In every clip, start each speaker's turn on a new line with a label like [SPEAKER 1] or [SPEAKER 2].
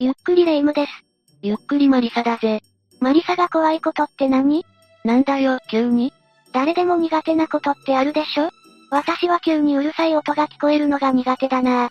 [SPEAKER 1] ゆっくりレ夢ムです。
[SPEAKER 2] ゆっくりマリサだぜ。
[SPEAKER 1] マリサが怖いことって何
[SPEAKER 2] なんだよ、急に
[SPEAKER 1] 誰でも苦手なことってあるでしょ私は急にうるさい音が聞こえるのが苦手だな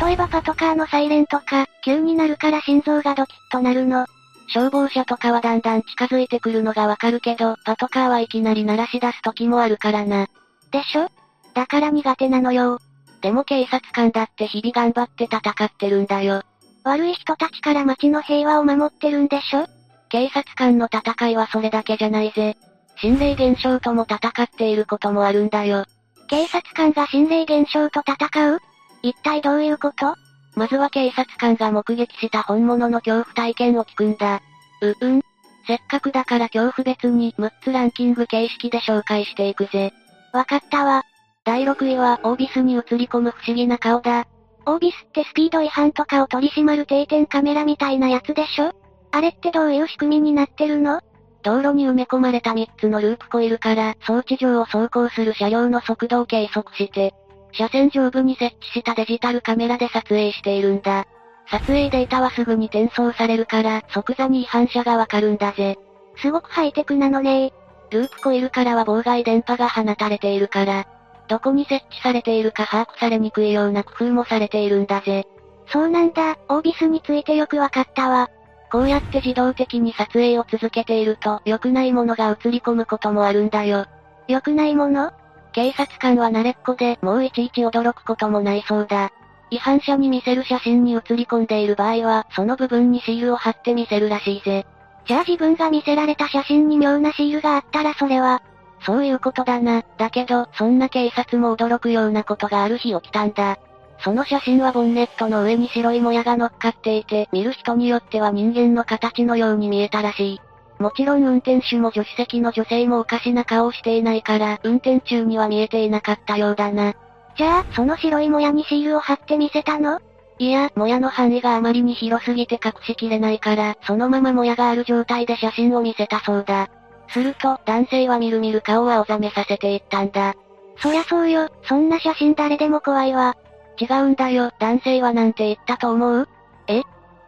[SPEAKER 1] 例えばパトカーのサイレンとか、急になるから心臓がドキッとなるの。
[SPEAKER 2] 消防車とかはだんだん近づいてくるのがわかるけど、パトカーはいきなり鳴らし出す時もあるからな。
[SPEAKER 1] でしょだから苦手なのよ。
[SPEAKER 2] でも警察官だって日々頑張って戦ってるんだよ。
[SPEAKER 1] 悪い人たちから街の平和を守ってるんでしょ
[SPEAKER 2] 警察官の戦いはそれだけじゃないぜ。心霊現象とも戦っていることもあるんだよ。
[SPEAKER 1] 警察官が心霊現象と戦う一体どういうこと
[SPEAKER 2] まずは警察官が目撃した本物の恐怖体験を聞くんだ。う、うん。せっかくだから恐怖別に6つランキング形式で紹介していくぜ。
[SPEAKER 1] わかったわ。
[SPEAKER 2] 第6位は、オービスに映り込む不思議な顔だ。
[SPEAKER 1] オービスってスピード違反とかを取り締まる定点カメラみたいなやつでしょあれってどういう仕組みになってるの
[SPEAKER 2] 道路に埋め込まれた3つのループコイルから装置上を走行する車両の速度を計測して、車線上部に設置したデジタルカメラで撮影しているんだ。撮影データはすぐに転送されるから即座に違反者がわかるんだぜ。
[SPEAKER 1] すごくハイテクなのね
[SPEAKER 2] ループコイルからは妨害電波が放たれているから、どこに設置されているか把握されにくいような工夫もされているんだぜ。
[SPEAKER 1] そうなんだ、オービスについてよくわかったわ。
[SPEAKER 2] こうやって自動的に撮影を続けていると良くないものが映り込むこともあるんだよ。
[SPEAKER 1] 良くないもの
[SPEAKER 2] 警察官は慣れっこでもういちいち驚くこともないそうだ。違反者に見せる写真に写り込んでいる場合は、その部分にシールを貼って見せるらしいぜ。
[SPEAKER 1] じゃあ自分が見せられた写真に妙なシールがあったらそれは、
[SPEAKER 2] そういうことだな。だけど、そんな警察も驚くようなことがある日起きたんだ。その写真はボンネットの上に白いもやが乗っかっていて、見る人によっては人間の形のように見えたらしい。もちろん運転手も助手席の女性もおかしな顔をしていないから、運転中には見えていなかったようだな。
[SPEAKER 1] じゃあ、その白いもやにシールを貼って見せたの
[SPEAKER 2] いや、もやの範囲があまりに広すぎて隠しきれないから、そのままもやがある状態で写真を見せたそうだ。すると、男性はみるみる顔を青ざめさせていったんだ。
[SPEAKER 1] そりゃそうよ、そんな写真誰でも怖いわ。
[SPEAKER 2] 違うんだよ、男性はなんて言ったと思う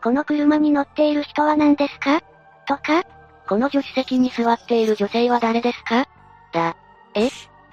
[SPEAKER 1] この車に乗っている人は何ですかとか、
[SPEAKER 2] この助手席に座っている女性は誰ですかだ。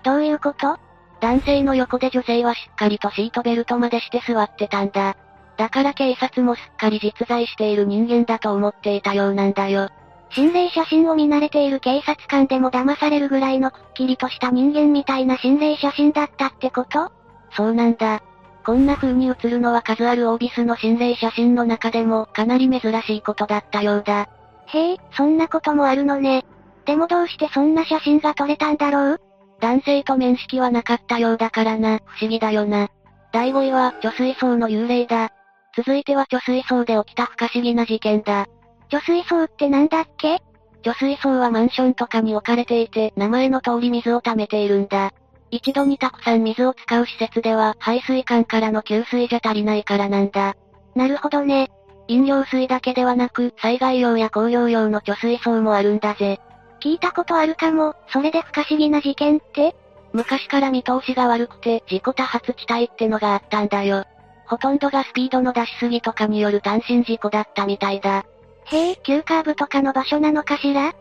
[SPEAKER 1] どういうこと
[SPEAKER 2] 男性の横で女性はしっかりとシートベルトまでして座ってたんだ。だから警察もすっかり実在している人間だと思っていたようなんだよ。
[SPEAKER 1] 心霊写真を見慣れている警察官でも騙されるぐらいのくっきりとした人間みたいな心霊写真だったってこと
[SPEAKER 2] そうなんだ。こんな風に映るのは数あるオービスの心霊写真の中でもかなり珍しいことだったようだ。
[SPEAKER 1] へえ、そんなこともあるのね。でもどうしてそんな写真が撮れたんだろう
[SPEAKER 2] 男性と面識はなかったようだからな、不思議だよな。第5位は、貯水槽の幽霊だ。続いては貯水槽で起きた不可思議な事件だ。
[SPEAKER 1] 貯水槽ってなんだっけ
[SPEAKER 2] 貯水槽はマンションとかに置かれていて、名前の通り水を溜めているんだ。一度にたくさん水を使う施設では、排水管からの給水じゃ足りないからなんだ。
[SPEAKER 1] なるほどね。
[SPEAKER 2] 飲料水だけではなく、災害用や工業用の貯水槽もあるんだぜ。
[SPEAKER 1] 聞いたことあるかも、それで不可思議な事件って
[SPEAKER 2] 昔から見通しが悪くて、自己多発地帯ってのがあったんだよ。ほとんどがスピードの出しすぎとかによる単身事故だったみたいだ。
[SPEAKER 1] へえ、急カーブとかの場所なのかしら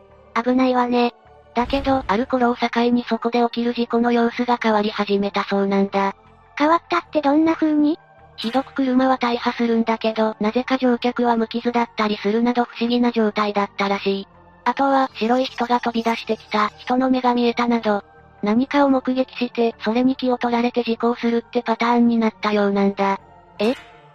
[SPEAKER 1] 危ないわね。
[SPEAKER 2] だけど、ある頃を境にそこで起きる事故の様子が変わり始めたそうなんだ。
[SPEAKER 1] 変わったってどんな風に
[SPEAKER 2] ひどく車は大破するんだけど、なぜか乗客は無傷だったりするなど不思議な状態だったらしい。あとは、白い人が飛び出してきた、人の目が見えたなど、何かを目撃して、それに気を取られて事故をするってパターンになったようなんだ。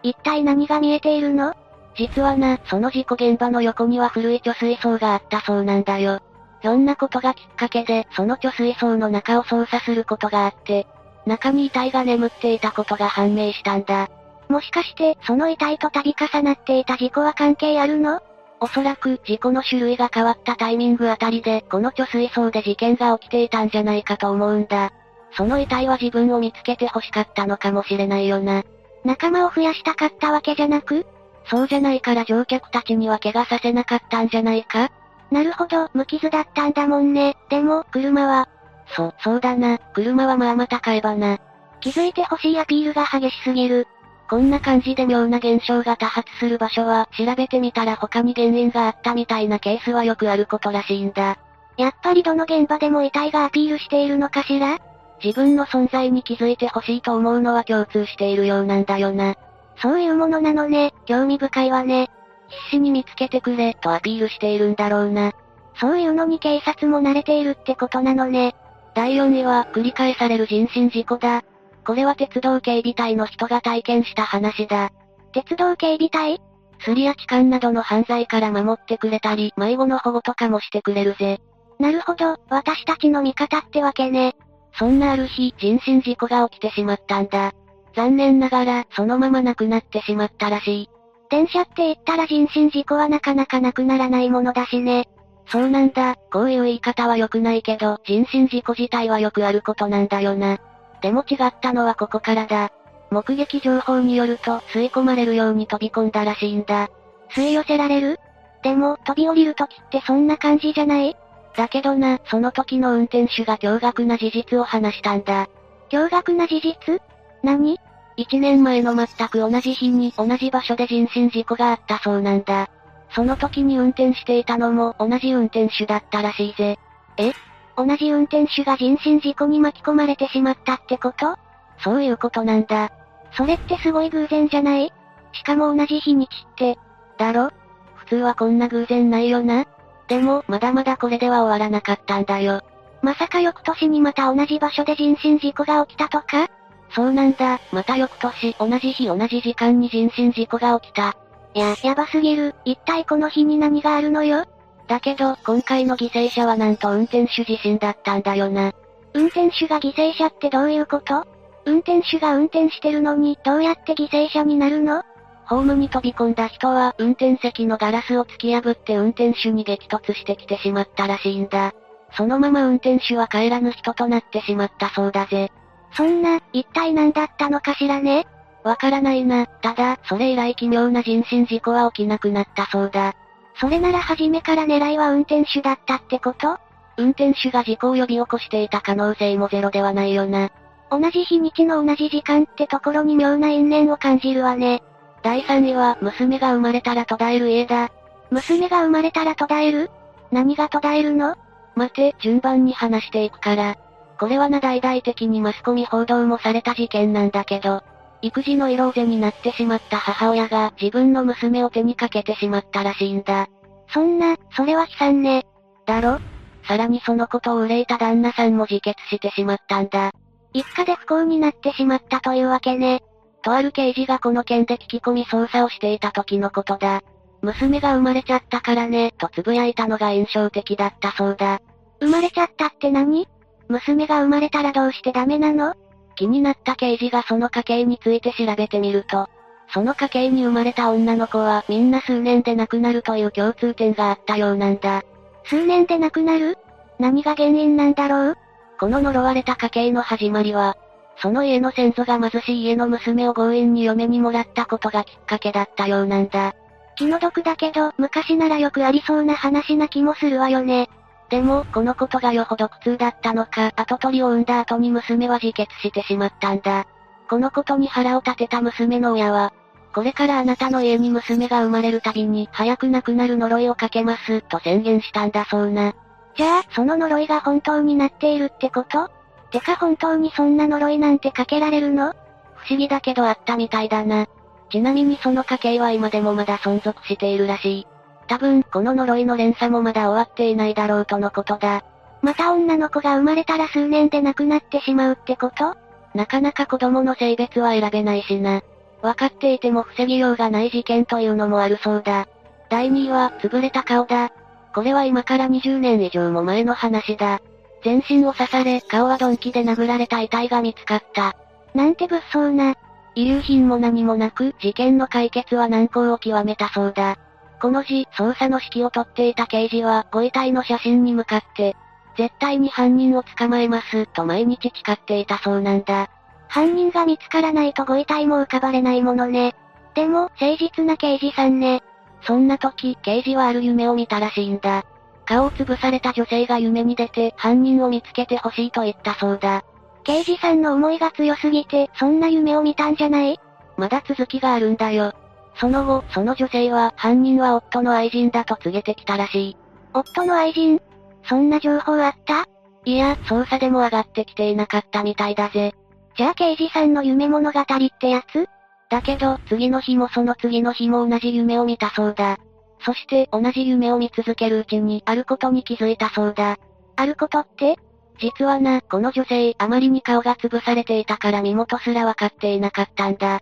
[SPEAKER 1] 一体何が見えているの
[SPEAKER 2] 実はな、その事故現場の横には古い貯水槽があったそうなんだよ。ひょんなことがきっかけで、その貯水槽の中を操作することがあって、中に遺体が眠っていたことが判明したんだ。
[SPEAKER 1] もしかして、その遺体と度重なっていた事故は関係あるの
[SPEAKER 2] おそらく、事故の種類が変わったタイミングあたりで、この貯水槽で事件が起きていたんじゃないかと思うんだ。その遺体は自分を見つけて欲しかったのかもしれないよな。
[SPEAKER 1] 仲間を増やしたかったわけじゃなく
[SPEAKER 2] そうじゃないから乗客たちには怪我させなかったんじゃないか
[SPEAKER 1] なるほど、無傷だったんだもんね。でも、車は、
[SPEAKER 2] そ、そうだな。車はまあまた買えばな。
[SPEAKER 1] 気づいてほしいアピールが激しすぎる。
[SPEAKER 2] こんな感じで妙な現象が多発する場所は、調べてみたら他に原因があったみたいなケースはよくあることらしいんだ。
[SPEAKER 1] やっぱりどの現場でも遺体がアピールしているのかしら
[SPEAKER 2] 自分の存在に気づいてほしいと思うのは共通しているようなんだよな。
[SPEAKER 1] そういうものなのね、興味深いわね。
[SPEAKER 2] 必死に見つけてくれ、とアピールしているんだろうな。
[SPEAKER 1] そういうのに警察も慣れているってことなのね。
[SPEAKER 2] 第4位は、繰り返される人身事故だ。これは鉄道警備隊の人が体験した話だ。
[SPEAKER 1] 鉄道警備隊
[SPEAKER 2] すりや痴漢などの犯罪から守ってくれたり、迷子の保護とかもしてくれるぜ。
[SPEAKER 1] なるほど、私たちの味方ってわけね。
[SPEAKER 2] そんなある日、人身事故が起きてしまったんだ。残念ながら、そのまま亡くなってしまったらしい。
[SPEAKER 1] 電車って言ったら人身事故はなかなかなくならないものだしね。
[SPEAKER 2] そうなんだ、こういう言い方は良くないけど、人身事故自体はよくあることなんだよな。でも違ったのはここからだ。目撃情報によると、吸い込まれるように飛び込んだらしいんだ。
[SPEAKER 1] 吸い寄せられるでも、飛び降りる時ってそんな感じじゃない
[SPEAKER 2] だけどな、その時の運転手が驚愕な事実を話したんだ。
[SPEAKER 1] 驚愕な事実何
[SPEAKER 2] 一年前の全く同じ日に同じ場所で人身事故があったそうなんだ。その時に運転していたのも同じ運転手だったらしいぜ。
[SPEAKER 1] え同じ運転手が人身事故に巻き込まれてしまったってこと
[SPEAKER 2] そういうことなんだ。
[SPEAKER 1] それってすごい偶然じゃないしかも同じ日にちって。
[SPEAKER 2] だろ普通はこんな偶然ないよな。でも、まだまだこれでは終わらなかったんだよ。
[SPEAKER 1] まさか翌年にまた同じ場所で人身事故が起きたとか
[SPEAKER 2] そうなんだ、また翌年同じ日同じ時間に人身事故が起きた。
[SPEAKER 1] いや、やばすぎる、一体この日に何があるのよ
[SPEAKER 2] だけど、今回の犠牲者はなんと運転手自身だったんだよな。
[SPEAKER 1] 運転手が犠牲者ってどういうこと運転手が運転してるのに、どうやって犠牲者になるの
[SPEAKER 2] ホームに飛び込んだ人は、運転席のガラスを突き破って運転手に激突してきてしまったらしいんだ。そのまま運転手は帰らぬ人となってしまったそうだぜ。
[SPEAKER 1] そんな、一体何だったのかしらね
[SPEAKER 2] わからないな、ただ、それ以来奇妙な人身事故は起きなくなったそうだ。
[SPEAKER 1] それなら初めから狙いは運転手だったってこと
[SPEAKER 2] 運転手が事故を呼び起こしていた可能性もゼロではないよな。
[SPEAKER 1] 同じ日にちの同じ時間ってところに妙な因縁を感じるわね。
[SPEAKER 2] 第3位は、娘が生まれたら途絶える家だ。
[SPEAKER 1] 娘が生まれたら途絶える何が途絶えるの
[SPEAKER 2] 待て、順番に話していくから。これはな大々的にマスコミ報道もされた事件なんだけど、育児の色ぜになってしまった母親が自分の娘を手にかけてしまったらしいんだ。
[SPEAKER 1] そんな、それは悲惨ね。
[SPEAKER 2] だろさらにそのことを憂いた旦那さんも自決してしまったんだ。
[SPEAKER 1] 一家で不幸になってしまったというわけね。
[SPEAKER 2] とある刑事がこの件で聞き込み捜査をしていた時のことだ。娘が生まれちゃったからね、とつぶやいたのが印象的だったそうだ。
[SPEAKER 1] 生まれちゃったって何娘が生まれたらどうしてダメなの
[SPEAKER 2] 気になった刑事がその家系について調べてみると、その家系に生まれた女の子はみんな数年で亡くなるという共通点があったようなんだ。
[SPEAKER 1] 数年で亡くなる何が原因なんだろう
[SPEAKER 2] この呪われた家系の始まりは、その家の先祖が貧しい家の娘を強引に嫁にもらったことがきっかけだったようなんだ。
[SPEAKER 1] 気の毒だけど、昔ならよくありそうな話な気もするわよね。
[SPEAKER 2] でも、このことがよほど苦痛だったのか、跡取りを産んだ後に娘は自決してしまったんだ。このことに腹を立てた娘の親は、これからあなたの家に娘が生まれるたびに、早く亡くなる呪いをかけます、と宣言したんだそうな。
[SPEAKER 1] じゃあ、その呪いが本当になっているってことてか本当にそんな呪いなんてかけられるの
[SPEAKER 2] 不思議だけどあったみたいだな。ちなみにその家系は今でもまだ存続しているらしい。多分、この呪いの連鎖もまだ終わっていないだろうとのことだ。
[SPEAKER 1] また女の子が生まれたら数年で亡くなってしまうってこと
[SPEAKER 2] なかなか子供の性別は選べないしな。わかっていても防ぎようがない事件というのもあるそうだ。第2位は、潰れた顔だ。これは今から20年以上も前の話だ。全身を刺され、顔は鈍器で殴られた遺体が見つかった。
[SPEAKER 1] なんて物騒な。
[SPEAKER 2] 遺留品も何もなく、事件の解決は難航を極めたそうだ。この時、捜査の指揮を取っていた刑事は、ご遺体の写真に向かって、絶対に犯人を捕まえます、と毎日誓っていたそうなんだ。
[SPEAKER 1] 犯人が見つからないとご遺体も浮かばれないものね。でも、誠実な刑事さんね。
[SPEAKER 2] そんな時、刑事はある夢を見たらしいんだ。顔を潰された女性が夢に出て、犯人を見つけてほしいと言ったそうだ。
[SPEAKER 1] 刑事さんの思いが強すぎて、そんな夢を見たんじゃない
[SPEAKER 2] まだ続きがあるんだよ。その後、その女性は、犯人は夫の愛人だと告げてきたらしい。
[SPEAKER 1] 夫の愛人そんな情報あった
[SPEAKER 2] いや、捜査でも上がってきていなかったみたいだぜ。
[SPEAKER 1] じゃあ刑事さんの夢物語ってやつ
[SPEAKER 2] だけど、次の日もその次の日も同じ夢を見たそうだ。そして、同じ夢を見続けるうちに、あることに気づいたそうだ。
[SPEAKER 1] あることって
[SPEAKER 2] 実はな、この女性、あまりに顔が潰されていたから身元すら分かっていなかったんだ。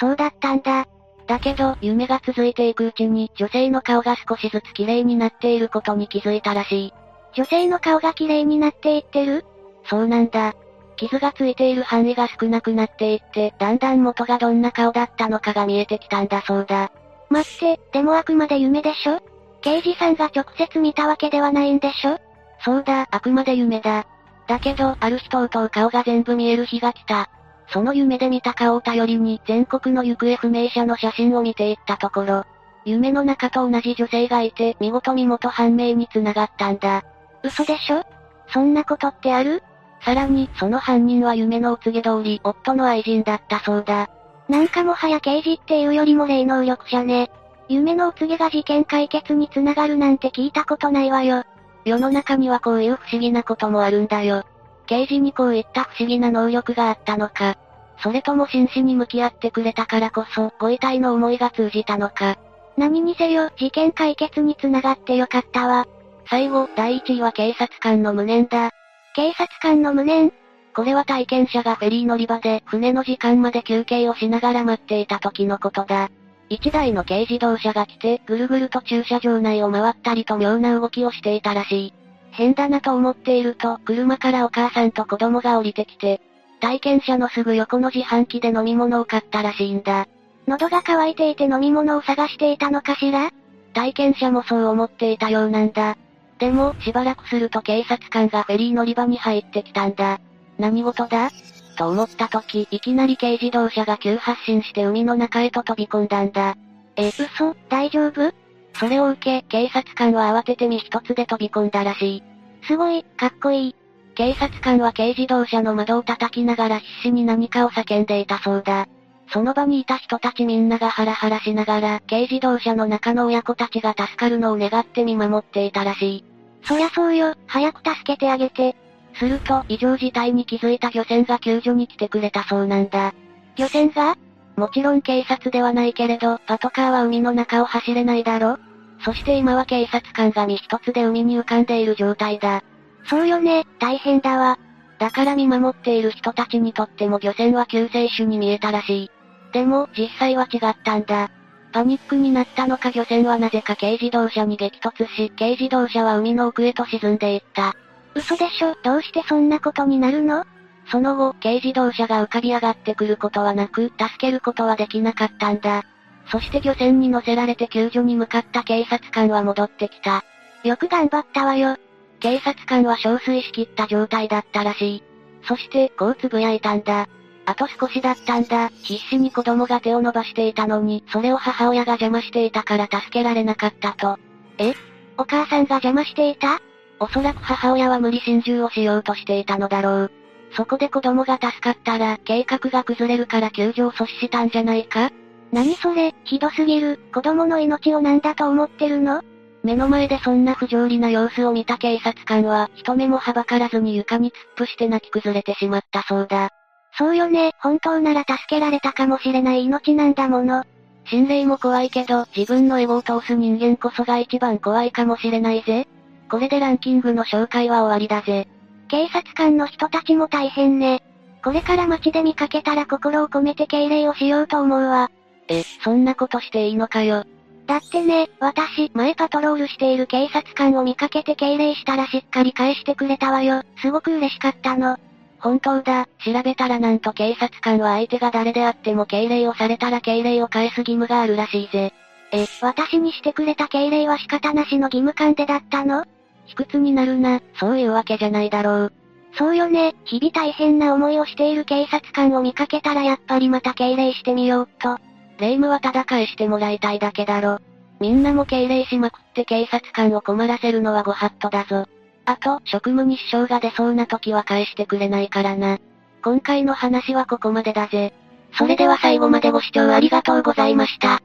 [SPEAKER 1] そうだったんだ。
[SPEAKER 2] だけど、夢が続いていくうちに、女性の顔が少しずつ綺麗になっていることに気づいたらしい。
[SPEAKER 1] 女性の顔が綺麗になっていってる
[SPEAKER 2] そうなんだ。傷がついている範囲が少なくなっていって、だんだん元がどんな顔だったのかが見えてきたんだそうだ。
[SPEAKER 1] 待って、でもあくまで夢でしょ刑事さんが直接見たわけではないんでしょ
[SPEAKER 2] そうだ、あくまで夢だ。だけど、ある日とうとう顔が全部見える日が来た。その夢で見た顔を頼りに全国の行方不明者の写真を見ていったところ、夢の中と同じ女性がいて、見事身元判明に繋がったんだ。
[SPEAKER 1] 嘘でしょそんなことってある
[SPEAKER 2] さらに、その犯人は夢のお告げ通り、夫の愛人だったそうだ。
[SPEAKER 1] なんかもはや刑事っていうよりも霊能力者ね。夢のお告げが事件解決につながるなんて聞いたことないわよ。
[SPEAKER 2] 世の中にはこういう不思議なこともあるんだよ。刑事にこういった不思議な能力があったのか、それとも真摯に向き合ってくれたからこそ、ご遺体の思いが通じたのか。
[SPEAKER 1] 何にせよ、事件解決につながってよかったわ。
[SPEAKER 2] 最後、第1位は警察官の無念だ。
[SPEAKER 1] 警察官の無念
[SPEAKER 2] これは体験者がフェリー乗り場で船の時間まで休憩をしながら待っていた時のことだ。一台の軽自動車が来て、ぐるぐると駐車場内を回ったりと妙な動きをしていたらしい。変だなと思っていると、車からお母さんと子供が降りてきて、体験者のすぐ横の自販機で飲み物を買ったらしいんだ。
[SPEAKER 1] 喉が渇いていて飲み物を探していたのかしら
[SPEAKER 2] 体験者もそう思っていたようなんだ。でも、しばらくすると警察官がフェリー乗り場に入ってきたんだ。何事だと思った時、いきなり軽自動車が急発進して海の中へと飛び込んだんだ。
[SPEAKER 1] え、嘘、大丈夫
[SPEAKER 2] それを受け、警察官は慌てて身一つで飛び込んだらしい。
[SPEAKER 1] すごい、かっこいい。
[SPEAKER 2] 警察官は軽自動車の窓を叩きながら必死に何かを叫んでいたそうだ。その場にいた人たちみんながハラハラしながら、軽自動車の中の親子たちが助かるのを願って見守っていたらしい。
[SPEAKER 1] そりゃそうよ、早く助けてあげて。
[SPEAKER 2] すると、異常事態に気づいた漁船が救助に来てくれたそうなんだ。
[SPEAKER 1] 漁船が
[SPEAKER 2] もちろん警察ではないけれど、パトカーは海の中を走れないだろそして今は警察官が身一つで海に浮かんでいる状態だ。
[SPEAKER 1] そうよね、大変だわ。
[SPEAKER 2] だから見守っている人たちにとっても漁船は救世主に見えたらしい。でも、実際は違ったんだ。パニックになったのか漁船はなぜか軽自動車に激突し、軽自動車は海の奥へと沈んでいった。
[SPEAKER 1] 嘘でしょ、どうしてそんなことになるの
[SPEAKER 2] その後、軽自動車が浮かび上がってくることはなく、助けることはできなかったんだ。そして漁船に乗せられて救助に向かった警察官は戻ってきた。
[SPEAKER 1] よく頑張ったわよ。
[SPEAKER 2] 警察官は憔悴しきった状態だったらしい。そして、こうつぶやいたんだ。あと少しだったんだ。必死に子供が手を伸ばしていたのに、それを母親が邪魔していたから助けられなかったと。
[SPEAKER 1] えお母さんが邪魔していた
[SPEAKER 2] おそらく母親は無理心中をしようとしていたのだろう。そこで子供が助かったら、計画が崩れるから救助を阻止したんじゃないか
[SPEAKER 1] 何それ、ひどすぎる。子供の命を何だと思ってるの
[SPEAKER 2] 目の前でそんな不条理な様子を見た警察官は、人目もはばからずに床に突っ伏して泣き崩れてしまったそうだ。
[SPEAKER 1] そうよね、本当なら助けられたかもしれない命なんだもの。
[SPEAKER 2] 心霊も怖いけど、自分のエゴを通す人間こそが一番怖いかもしれないぜ。これでランキングの紹介は終わりだぜ。
[SPEAKER 1] 警察官の人たちも大変ね。これから街で見かけたら心を込めて敬礼をしようと思うわ。
[SPEAKER 2] え、そんなことしていいのかよ。
[SPEAKER 1] だってね、私、前パトロールしている警察官を見かけて敬礼したらしっかり返してくれたわよ。すごく嬉しかったの。
[SPEAKER 2] 本当だ、調べたらなんと警察官は相手が誰であっても敬礼をされたら敬礼を返す義務があるらしいぜ。
[SPEAKER 1] え、私にしてくれた敬礼は仕方なしの義務感でだったの
[SPEAKER 2] 卑屈になるな、そういうわけじゃないだろう。
[SPEAKER 1] そうよね、日々大変な思いをしている警察官を見かけたらやっぱりまた敬礼してみようと。
[SPEAKER 2] 霊夢はただ返してもらいたいだけだろ。みんなも敬礼しまくって警察官を困らせるのはご法度だぞ。あと、職務に支障が出そうな時は返してくれないからな。今回の話はここまでだぜ。それでは最後までご視聴ありがとうございました。